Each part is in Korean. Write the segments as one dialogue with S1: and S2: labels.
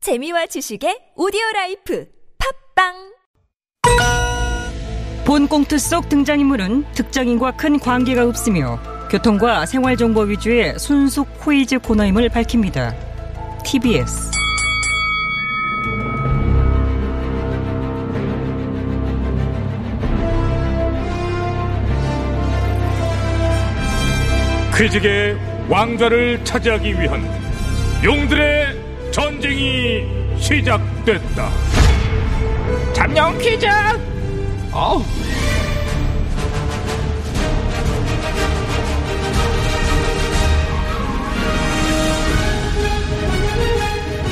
S1: 재미와 지식의 오디오 라이프 팝빵
S2: 본 꽁트 속 등장인물은 특정인과 큰 관계가 없으며 교통과 생활정보 위주의 순수 코이즈 코너임을 밝힙니다. TBS
S3: 퀴즈계의 왕좌를 차지하기 위한 용들의 전쟁이 시작됐다. 잠룡 퀴즈!
S2: 어?
S3: 어우.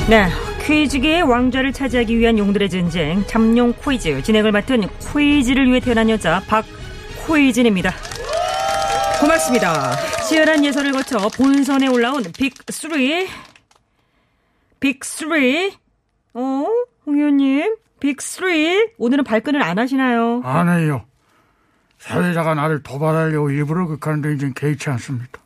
S2: 네, 퀴즈계의 왕좌를 차지하기 위한 용들의 전쟁 잠룡 코이즈 진행을 맡은 코이즈를 위해 태어난 여자 박코이즈입니다. 고맙습니다. 치열한 예선을 거쳐 본선에 올라온 빅3 빅3 어? 홍 의원님 빅3 오늘은 발끈을 안 하시나요?
S4: 안 해요. 사회자가 나를 도발하려고 일부러 극하는데 이젠 개의치 않습니다.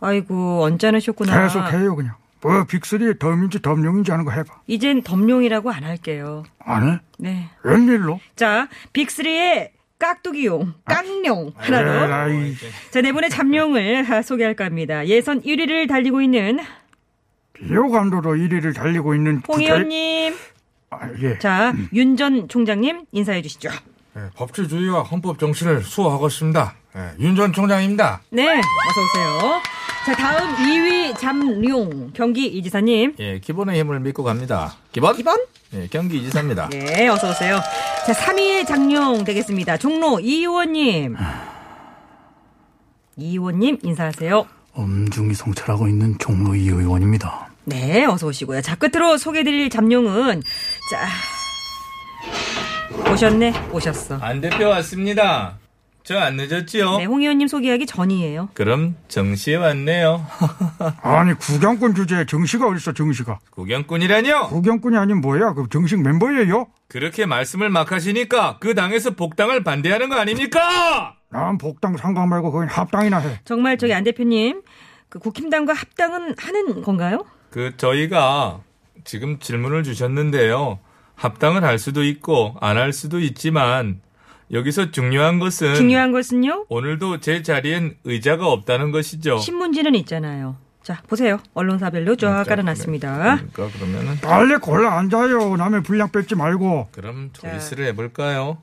S2: 아이고 언짢으셨구나.
S4: 계속 해요, 그냥. 뭐, 빅3에 덤인지 덤룡인지 하는 거 해봐.
S2: 이젠 덤룡이라고 안 할게요.
S4: 안 해?
S2: 네.
S4: 웬일로?
S2: 자, 빅3의 깍두기용,
S4: 아,
S2: 깡룡 하나 더.
S4: 에라이.
S2: 자, 네 분의 잠룡을 아, 소개할까 합니다. 예선 1위를 달리고 있는
S4: 비호감도로 1위를 달리고 있는
S2: 홍
S4: 부자-
S2: 의원님.
S4: 아, 예.
S2: 자, 윤 전 총장님 인사해 주시죠.
S5: 예, 법치주의와 헌법 정신을 수호하고 있습니다. 예, 윤 전 총장입니다.
S2: 네, 어서 오세요. 자, 다음 2위 잠룡 경기 이지사님.
S5: 예, 기본의 힘을 믿고 갑니다. 기본?
S2: 기본?
S5: 예, 경기 이지사입니다.
S2: 네, 어서 오세요. 자, 3위의 장룡 되겠습니다. 종로 이 의원님. 이 의원님 인사하세요.
S6: 엄중히 성찰하고 있는 종로 이 의원입니다.
S2: 네, 어서 오시고요. 자, 끝으로 소개드릴 잠룡은 자 오셨네, 오셨어.
S5: 안 대표 왔습니다. 저 안 늦었지요?
S2: 네, 홍 의원님 소개하기 전이에요.
S5: 그럼 정시에 왔네요.
S4: 아니, 구경꾼 주제에 정시가 어딨어, 정시가.
S5: 구경꾼이라뇨?
S4: 구경꾼이 아닌 뭐야? 그 정식 멤버예요?
S5: 그렇게 말씀을 막 하시니까 그 당에서 복당을 반대하는 거 아닙니까?
S4: 난 복당 상관 말고 그건 합당이나 해.
S2: 정말 저기 안 대표님, 그 국힘당과 합당은 하는 건가요?
S5: 그 저희가 지금 질문을 주셨는데요. 합당을 할 수도 있고 안 할 수도 있지만 여기서 중요한 것은
S2: 중요한
S5: 어.
S2: 것은요,
S5: 오늘도 제 자리엔 의자가 없다는 것이죠.
S2: 신문지는 있잖아요. 자, 보세요. 언론사별로 쫙 깔아놨습니다.
S5: 그러니까 그러면은
S4: 빨리 골라 앉아요. 남의 분량 뺏지 말고.
S5: 그럼 조이스를 해볼까요?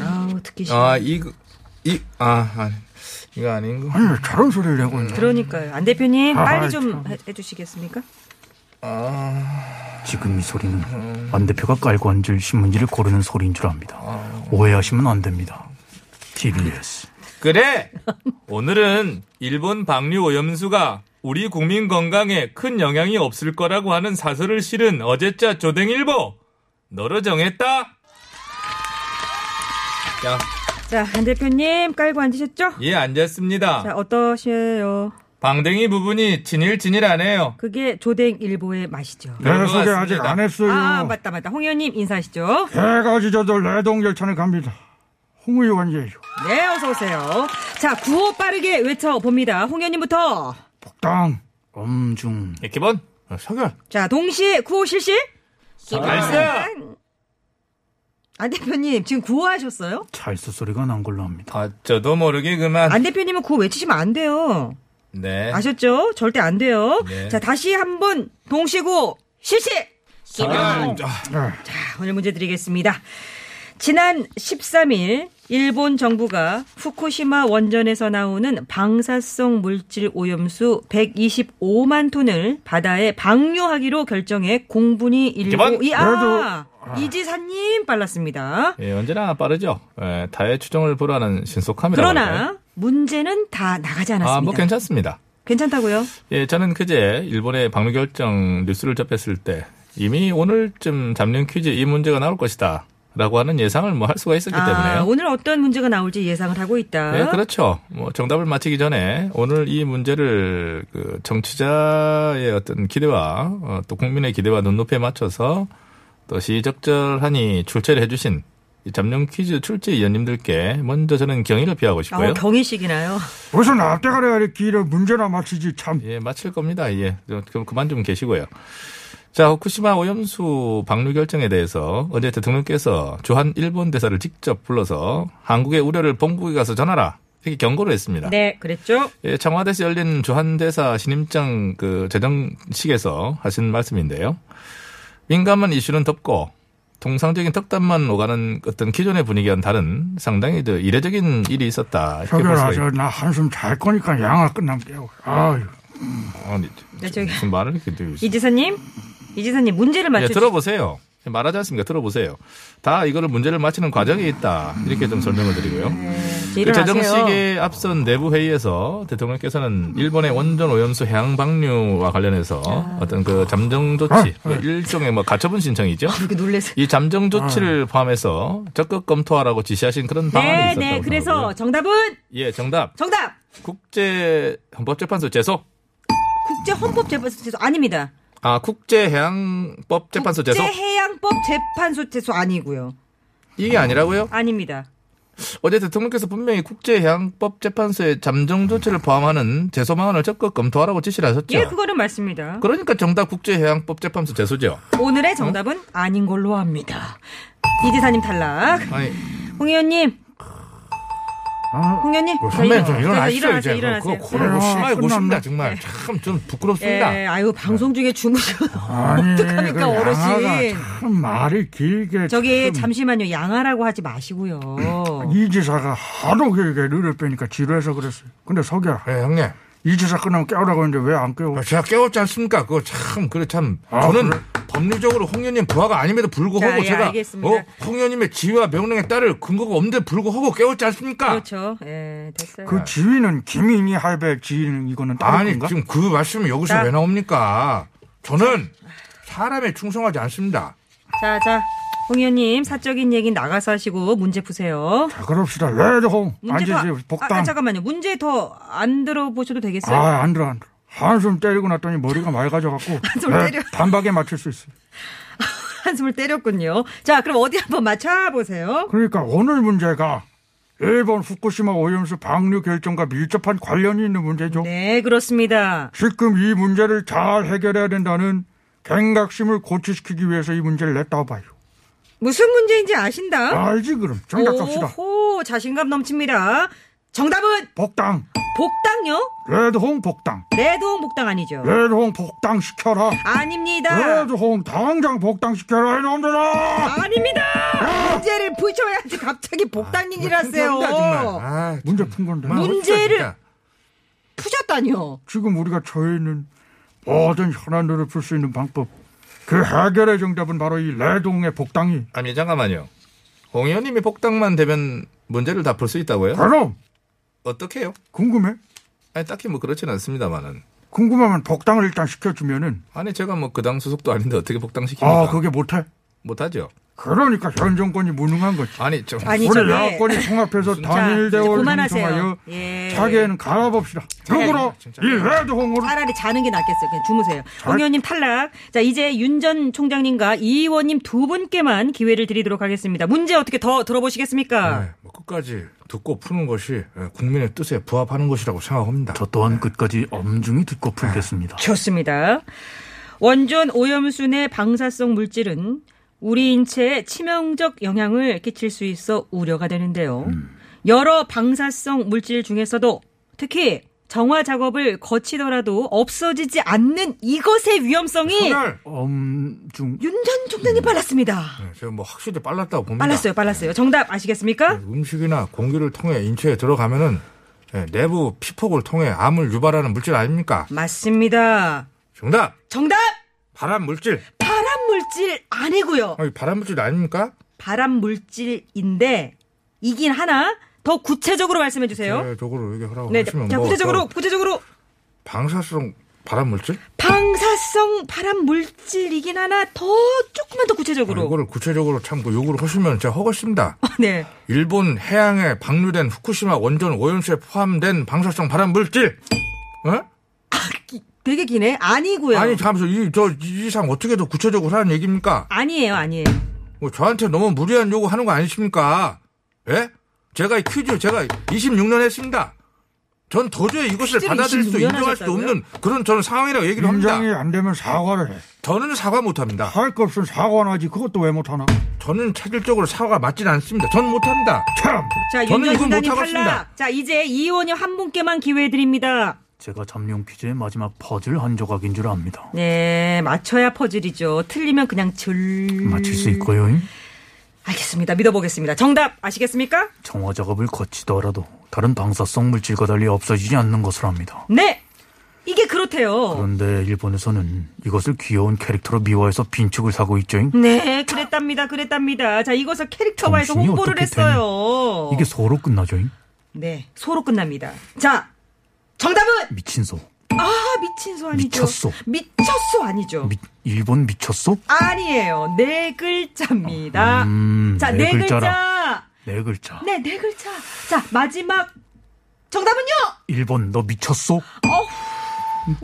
S2: 아우, 듣기 싫어.
S5: 아 이거 이아 아니, 이거 아닌 거.
S4: 아니, 저런 소리를 내고 있네.
S2: 그러니까요. 안 대표님,
S4: 아,
S2: 빨리 좀 해- 해주시겠습니까?
S6: 지금 이 소리는 안 대표가 깔고 앉을 신문지를 고르는 소리인 줄 압니다. 오해하시면 안 됩니다. TBS.
S5: 그래. 오늘은 일본 방류 오염수가 우리 국민 건강에 큰 영향이 없을 거라고 하는 사설을 실은 어제자 조댕일보 너로 정했다. 자,
S2: 자, 안 대표님 깔고 앉으셨죠?
S5: 예 앉았습니다.
S2: 자, 어떠세요?
S5: 방댕이 부분이 진일진일하네요.
S2: 그게 조댕 일보의 맛이죠.
S4: 내
S5: 그런 것
S4: 소개 아직
S5: 같습니다.
S4: 안 했어요.
S2: 아, 맞다, 맞다. 홍 의원님 인사하시죠.
S4: 해가지 저절 내동 열차는 갑니다. 홍 의원이에요.
S2: 네, 어서오세요. 자, 구호 빠르게 외쳐봅니다. 홍 의원님부터.
S4: 복당.
S6: 엄중.
S5: 예, 기본 서결
S2: 자, 동시에 구호 실시.
S5: 발사.
S2: 안 대표님, 지금 구호 하셨어요?
S6: 찰스 소리가 난 걸로 합니다.
S5: 아 저도 모르게 그만.
S2: 안 대표님은 구호 외치시면 안 돼요.
S5: 아. 네.
S2: 아셨죠? 절대 안 돼요.
S5: 네.
S2: 자, 다시 한번 동시에 구호 실시.
S5: 아,
S4: 네.
S2: 자, 오늘 문제 드리겠습니다. 지난 13일 일본 정부가 후쿠시마 원전에서 나오는 방사성 물질 오염수 125만 톤을 바다에 방류하기로 결정해 공분이 일고
S5: 이번
S2: 이, 아, 이지사님 빨랐습니다.
S5: 예, 언제나 빠르죠. 예, 타의 추종을 불허하는 신속함이라고. 할까요?
S2: 그러나 문제는 다 나가지 않았습니다.
S5: 아, 뭐 괜찮습니다.
S2: 괜찮다고요?
S5: 예, 저는 그제 일본의 방류 결정 뉴스를 접했을 때 이미 오늘쯤 잡는 퀴즈 이 문제가 나올 것이다. 라고 하는 예상을 뭐 할 수가 있었기
S2: 아,
S5: 때문에요.
S2: 오늘 어떤 문제가 나올지 예상을 하고 있다.
S5: 예, 그렇죠. 뭐 정답을 맞히기 전에 오늘 이 문제를 그 정치자의 어떤 기대와 어, 또 국민의 기대와 눈높이에 맞춰서 또 시적절하니 출제를 해주신 이 잠룡 퀴즈 출제 위원님들께 먼저 저는 경의를 피하고 싶고요.
S2: 아, 경희식이나요?
S4: 무슨 앞대가리가 이렇게 길에 문제나 맞히지 참.
S5: 예, 마칠 겁니다. 예. 저, 그럼 그만 좀 계시고요. 자, 후쿠시마 오염수 방류 결정에 대해서 어제 대통령께서 주한 일본 대사를 직접 불러서 한국의 우려를 본국에 가서 전하라. 이렇게 경고를 했습니다.
S2: 네, 그랬죠.
S5: 예, 청와대에서 열린 주한대사 신임장 그 재정식에서 하신 말씀인데요. 민감한 이슈는 덮고 통상적인 덕담만 오가는 어떤 기존의 분위기와는 다른 상당히 저 이례적인 일이 있었다. 이렇게 볼 수가
S4: 저결아,
S5: 있-
S4: 저, 나 한숨 잘 거니까 양아 끝남게요. 아유.
S5: 아니,
S2: 네,
S5: 저-
S2: 저기-
S5: 무슨 말을 이렇게 들고 있어요.
S2: 이지사님, 이지사님 문제를
S5: 예,
S2: 맞추시.
S5: 들어보세요. 말하지 않습니까? 들어보세요. 다 이거를 문제를 맞히는 과정이 있다. 이렇게 좀 설명을 드리고요.
S2: 네. 이제
S5: 그
S2: 일어나세요.
S5: 재정식에 앞선 내부 회의에서 대통령께서는 일본의 원전 오염수 해양 방류와 관련해서 어떤 그 잠정 조치, 그 일종의 뭐 가처분 신청이죠.
S2: 그렇게 놀래서.
S5: 이 잠정 조치를 포함해서 적극 검토하라고 지시하신 그런 방안이
S2: 네,
S5: 있었다고
S2: 네. 그래서
S5: 그러고요.
S2: 정답은
S5: 예, 정답.
S2: 정답.
S5: 국제 헌법재판소 제소.
S2: 국제 헌법 재판소 제소 아닙니다.
S5: 아, 국제 해양법 재판소 제소.
S2: 국제 해양법 재판소 제소 아니고요.
S5: 이게 아니라고요?
S2: 아닙니다.
S5: 어제 대통령께서 분명히 국제해양법재판소의 잠정 조치를 포함하는 제소 방안을 적극 검토하라고 지시를 하셨죠.
S2: 예, 그거는 맞습니다.
S5: 러니까 정답 국제해양법재판소 제소죠.
S2: 오늘의 정답은 아닌 걸로 합니다. 이지사님 탈락.
S5: 아니,
S2: 홍 의원님. 홍 의원님. 자,
S5: 아, 뭐 선배님 좀
S2: 일어나-
S5: 일어나시죠.
S2: 일어나세요.
S5: 이제. 뭐
S2: 일어나세요. 아,
S5: 그거 고르고
S4: 네.
S5: 심하게
S4: 끝납니다.
S5: 고십니다. 정말 참 좀 부끄럽습니다. 네.
S2: 예, 아유 방송 중에 주무셔.
S4: 아니,
S2: 어떡합니까, 어르신.
S4: 양아가 참 말이 길게.
S2: 저기
S4: 참
S2: 잠시만요. 양아라고 하지 마시고요.
S4: 이 지사가 하도 길게 눈을 빼니까 지루해서 그랬어요. 근데 석열아,
S5: 예, 형님.
S4: 이 지사 끝나면 깨우라고 했는데 왜 안 깨워?
S5: 제가 깨웠지 않습니까? 그거 참, 그래, 참.
S4: 아,
S5: 저는
S4: 그래?
S5: 법률적으로 홍현님 부하가 아님에도 불구하고
S2: 자, 예,
S5: 제가
S2: 알겠습니다.
S5: 어? 홍현님의 지위와 명령에 따를 근거가 없는데 불구하고 깨웠지 않습니까?
S2: 그렇죠. 예, 됐어요.
S4: 그 지위는 김인희 할배 지위는 이거는 다른
S5: 아. 아니
S4: 건가?
S5: 지금 그 말씀이 여기서
S2: 자.
S5: 왜 나옵니까? 저는 사람에 충성하지 않습니다.
S2: 자, 자. 홍 의원님 사적인 얘기 나가서 하시고 문제 푸세요.
S4: 자, 그럽시다. 레드홍
S2: 문제 더
S4: 앉으세요.
S2: 아, 아,
S4: 복당.
S2: 잠깐만요. 문제 더 안 들어보셔도 되겠어요?
S4: 아, 안 들어, 안 들어. 한숨 때리고 났더니 머리가 맑아져갖고
S2: 한숨
S4: 네,
S2: 때려.
S4: 단박에 맞출 수 있어요.
S2: 한숨을 때렸군요. 자, 그럼 어디 한번 맞춰보세요.
S4: 그러니까 오늘 문제가 일본 후쿠시마 오염수 방류 결정과 밀접한 관련이 있는 문제죠.
S2: 네, 그렇습니다.
S4: 지금 이 문제를 잘 해결해야 된다는 갱각심을 고취시키기 위해서 이 문제를 냈다고 봐요.
S2: 무슨 문제인지 아신다?
S4: 알지 그럼 정답 갑시다.
S2: 어? 오호, 자신감 넘칩니다. 정답은
S4: 복당.
S2: 복당요?
S4: 레드홍 복당.
S2: 레드홍 복당 아니죠?
S4: 레드홍 복당 시켜라.
S2: 아닙니다.
S4: 레드홍 당장 복당 시켜라 이놈들아.
S2: 아닙니다. 문제를 푸셔야지 갑자기 복당
S4: 아,
S2: 얘기를
S5: 뭐
S2: 하세요.
S5: 아,
S4: 문제 푼 건데.
S2: 뭐? 문제를 푸셨다니요.
S4: 지금 우리가 처해 있는 모든 현안들을 풀 수 있는 방법. 그 해결의 정답은 바로 이 레드홍의 복당이.
S5: 아니 잠깐만요. 홍 의원님이 복당만 되면 문제를 다 풀 수 있다고요?
S4: 그럼
S5: 어떻게요?
S4: 궁금해?
S5: 아니 딱히 뭐 그렇진 않습니다만은.
S4: 궁금하면 복당을 일단 시켜주면은
S5: 아니 제가 뭐 그 당 소속도 아닌데 어떻게 복당시킵니까?
S4: 아 그게 못해?
S5: 못하죠.
S4: 그러니까 현 정권이 무능한 거지.
S5: 아니 좀
S2: 아니
S4: 우리
S2: 저기
S4: 야권이 통합해서 단일
S2: 자, 이제
S4: 대화를
S2: 그만하세요.
S4: 통하여
S2: 예.
S4: 차기에는 갈아봅시다. 누구로 이 레드홍으로
S2: 차라리 자는 게 낫겠어요. 그냥 주무세요. 홍 의원님 탈락. 자, 이제 윤 전 총장님과 이 의원님 두 분께만 기회를 드리도록 하겠습니다. 문제 어떻게 더 들어보시겠습니까?
S5: 네, 뭐 끝까지 듣고 푸는 것이 예, 국민의 뜻에 부합하는 것이라고 생각합니다.
S6: 저 또한 끝까지 엄중히 듣고 풀겠습니다.
S2: 좋습니다. 원전 오염수 내 방사성 물질은 우리 인체에 치명적 영향을 끼칠 수 있어 우려가 되는데요. 여러 방사성 물질 중에서도 특히 정화 작업을 거치더라도 없어지지 않는 이것의 위험성이
S5: 오늘
S6: 엄중
S2: 윤 전 총장님 빨랐습니다.
S5: 예, 네, 제가 뭐 확실히 빨랐다고 네. 봅니다.
S2: 빨랐어요, 빨랐어요. 정답 아시겠습니까?
S5: 음식이나 공기를 통해 인체에 들어가면은 예, 내부 피폭을 통해 암을 유발하는 물질 아닙니까?
S2: 음. 맞습니다.
S5: 정답!
S2: 정답
S5: 발암 물질.
S2: 발암 물질 아니고요.
S5: 어, 이 발암 물질 아닙니까?
S2: 발암 물질인데 이긴 하나 더 구체적으로 말씀해 주세요.
S5: 구체적으로 예, 얘기하라고
S2: 네,
S5: 하시면
S2: 자
S5: 뭐
S2: 구체적으로
S5: 저
S2: 구체적으로
S5: 방사성 발암 물질?
S2: 방사성 발암 물질이긴 하나 더 조금만 더 구체적으로.
S5: 아, 이거를 구체적으로 참고 그 요구를 하시면 제가 허겁습니다.
S2: 네,
S5: 일본 해양에 방류된 후쿠시마 원전 오염수에 포함된 방사성 발암 물질. 어?
S2: 아, 되게 기네. 아니고요.
S5: 아니 잠시만 이저 이상 어떻게 더 구체적으로 하는 얘기입니까?
S2: 에요 아니에요.
S5: 어, 뭐 저한테 너무 무리한 요구하는 거 아니십니까? 예? 제가 이 퀴즈 제가 26년 했습니다. 전 도저히 이것을
S2: 퀴즈를
S5: 받아들일 수도
S2: 26년
S5: 인정할 수도
S2: 하셨다고요?
S5: 없는 그런 저는 상황이라고 얘기를 합니다.
S4: 인정이 안 되면 사과를 해.
S5: 저는 사과 못합니다.
S4: 할 거 없으면 사과나 하지. 그것도 왜 못하나?
S5: 저는 체질적으로 사과가 맞지는 않습니다. 전 못합니다.
S4: 참!
S2: 자,
S5: 저는 이건
S2: 윤정수단이
S5: 못하겠습니다.
S2: 탈락. 자, 이제 이 의원님 한 분께만 기회 드립니다.
S6: 제가 잠룡 퀴즈의 마지막 퍼즐 한 조각인 줄 압니다.
S2: 네, 맞춰야 퍼즐이죠. 틀리면 그냥 절.
S6: 맞출 수 있고요. 잉?
S2: 알겠습니다. 믿어보겠습니다. 정답 아시겠습니까?
S6: 정화 작업을 거치더라도 다른 방사성 물질과 달리 없어지지 않는 것을 압니다.
S2: 네. 이게 그렇대요.
S6: 그런데 일본에서는 이것을 귀여운 캐릭터로 미화해서 빈축을 사고 있죠. 잉?
S2: 네, 그랬답니다. 그랬답니다. 자, 이것을 캐릭터화해서
S6: 정신이
S2: 홍보를
S6: 어떻게
S2: 했어요.
S6: 이게 소로 끝나죠. 잉?
S2: 네, 소로 끝납니다. 자, 정답은
S6: 미친 소.
S2: 아 미친 소 아니죠?
S6: 미쳤소.
S2: 미쳤소 아니죠?
S6: 미- 일본 미쳤소?
S2: 아니에요. 네 글자입니다.
S6: 음,
S2: 자,
S6: 네
S2: 네, 글자.
S6: 글자라. 네 글자.
S2: 네, 네 글자. 자, 마지막 정답은요?
S6: 일본 너 미쳤소?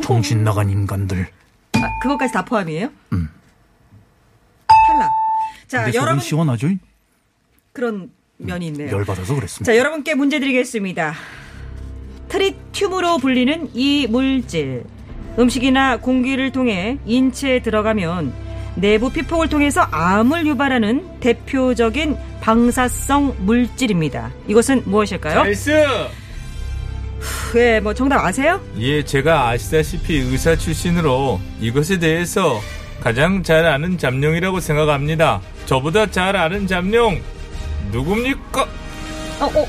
S6: 정신 나간 인간들.
S2: 아, 그것까지 다 포함이에요? 탈락. 자,
S6: 음. 근데
S2: 아,
S6: 여러
S2: 여러분
S6: 시원하죠? 잉?
S2: 그런 면이 있네요.
S6: 열받아서 그랬습니다.
S2: 자, 여러분께 문제 드리겠습니다. 트리튬으로 불리는 이 물질. 음식이나 공기를 통해 인체에 들어가면 내부 피폭을 통해서 암을 유발하는 대표적인 방사성 물질입니다. 이것은 무엇일까요?
S3: 나이스!
S2: 네, 뭐 정답 아세요?
S3: 예, 제가 아시다시피 의사 출신으로 이것에 대해서 가장 잘 아는 잠룡이라고 생각합니다. 저보다 잘 아는 잠룡 누굽니까?
S2: 어, 어,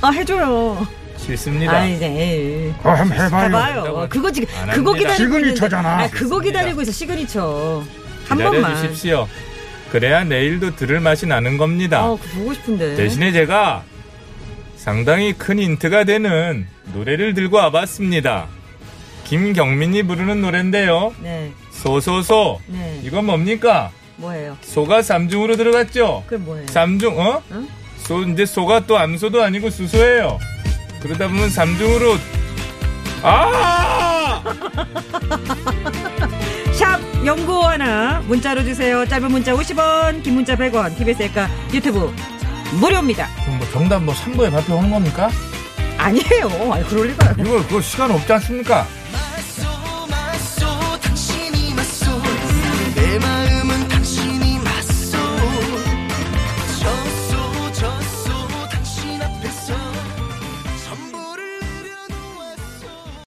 S2: 아 해줘요.
S3: 싫습니다.
S2: 아, 이제
S4: 어, 한번 해봐요.
S2: 봐봐요. 그거 지금
S3: 안
S2: 그거
S3: 합니다.
S2: 기다리고 있는데.
S4: 시그니처잖아.
S2: 아, 그거 기다리고 있어 시그니처. 한 번만.
S3: 기다려주십시오. 그래야 내일도 들을 맛이 나는 겁니다.
S2: 아, 그거 보고 싶은데.
S3: 네. 대신에 제가 상당히 큰 힌트가 되는 노래를 들고 와봤습니다. 김경민이 부르는 노래인데요.
S2: 네,
S3: 소소소.
S2: 네.
S3: 이건 뭡니까?
S2: 뭐예요?
S3: 소가 삼중으로 들어갔죠?
S2: 그게 뭐예요?
S3: 삼중, 어?
S2: 응?
S3: 소, 이제 소가 또 암소도 아니고 수소예요. 그러다 보면 삼중으로. 아!
S2: 샵 연구 하나 문자로 주세요. 짧은 문자 50원, 긴 문자 100원. TBS 앱과 유튜브 무료입니다.
S5: 그럼 뭐 정답 뭐 3부에 발표하는 겁니까?
S2: 어, 아니에요. 아니 그럴 리가요.
S5: 이거 그거 시간 없지 않습니까?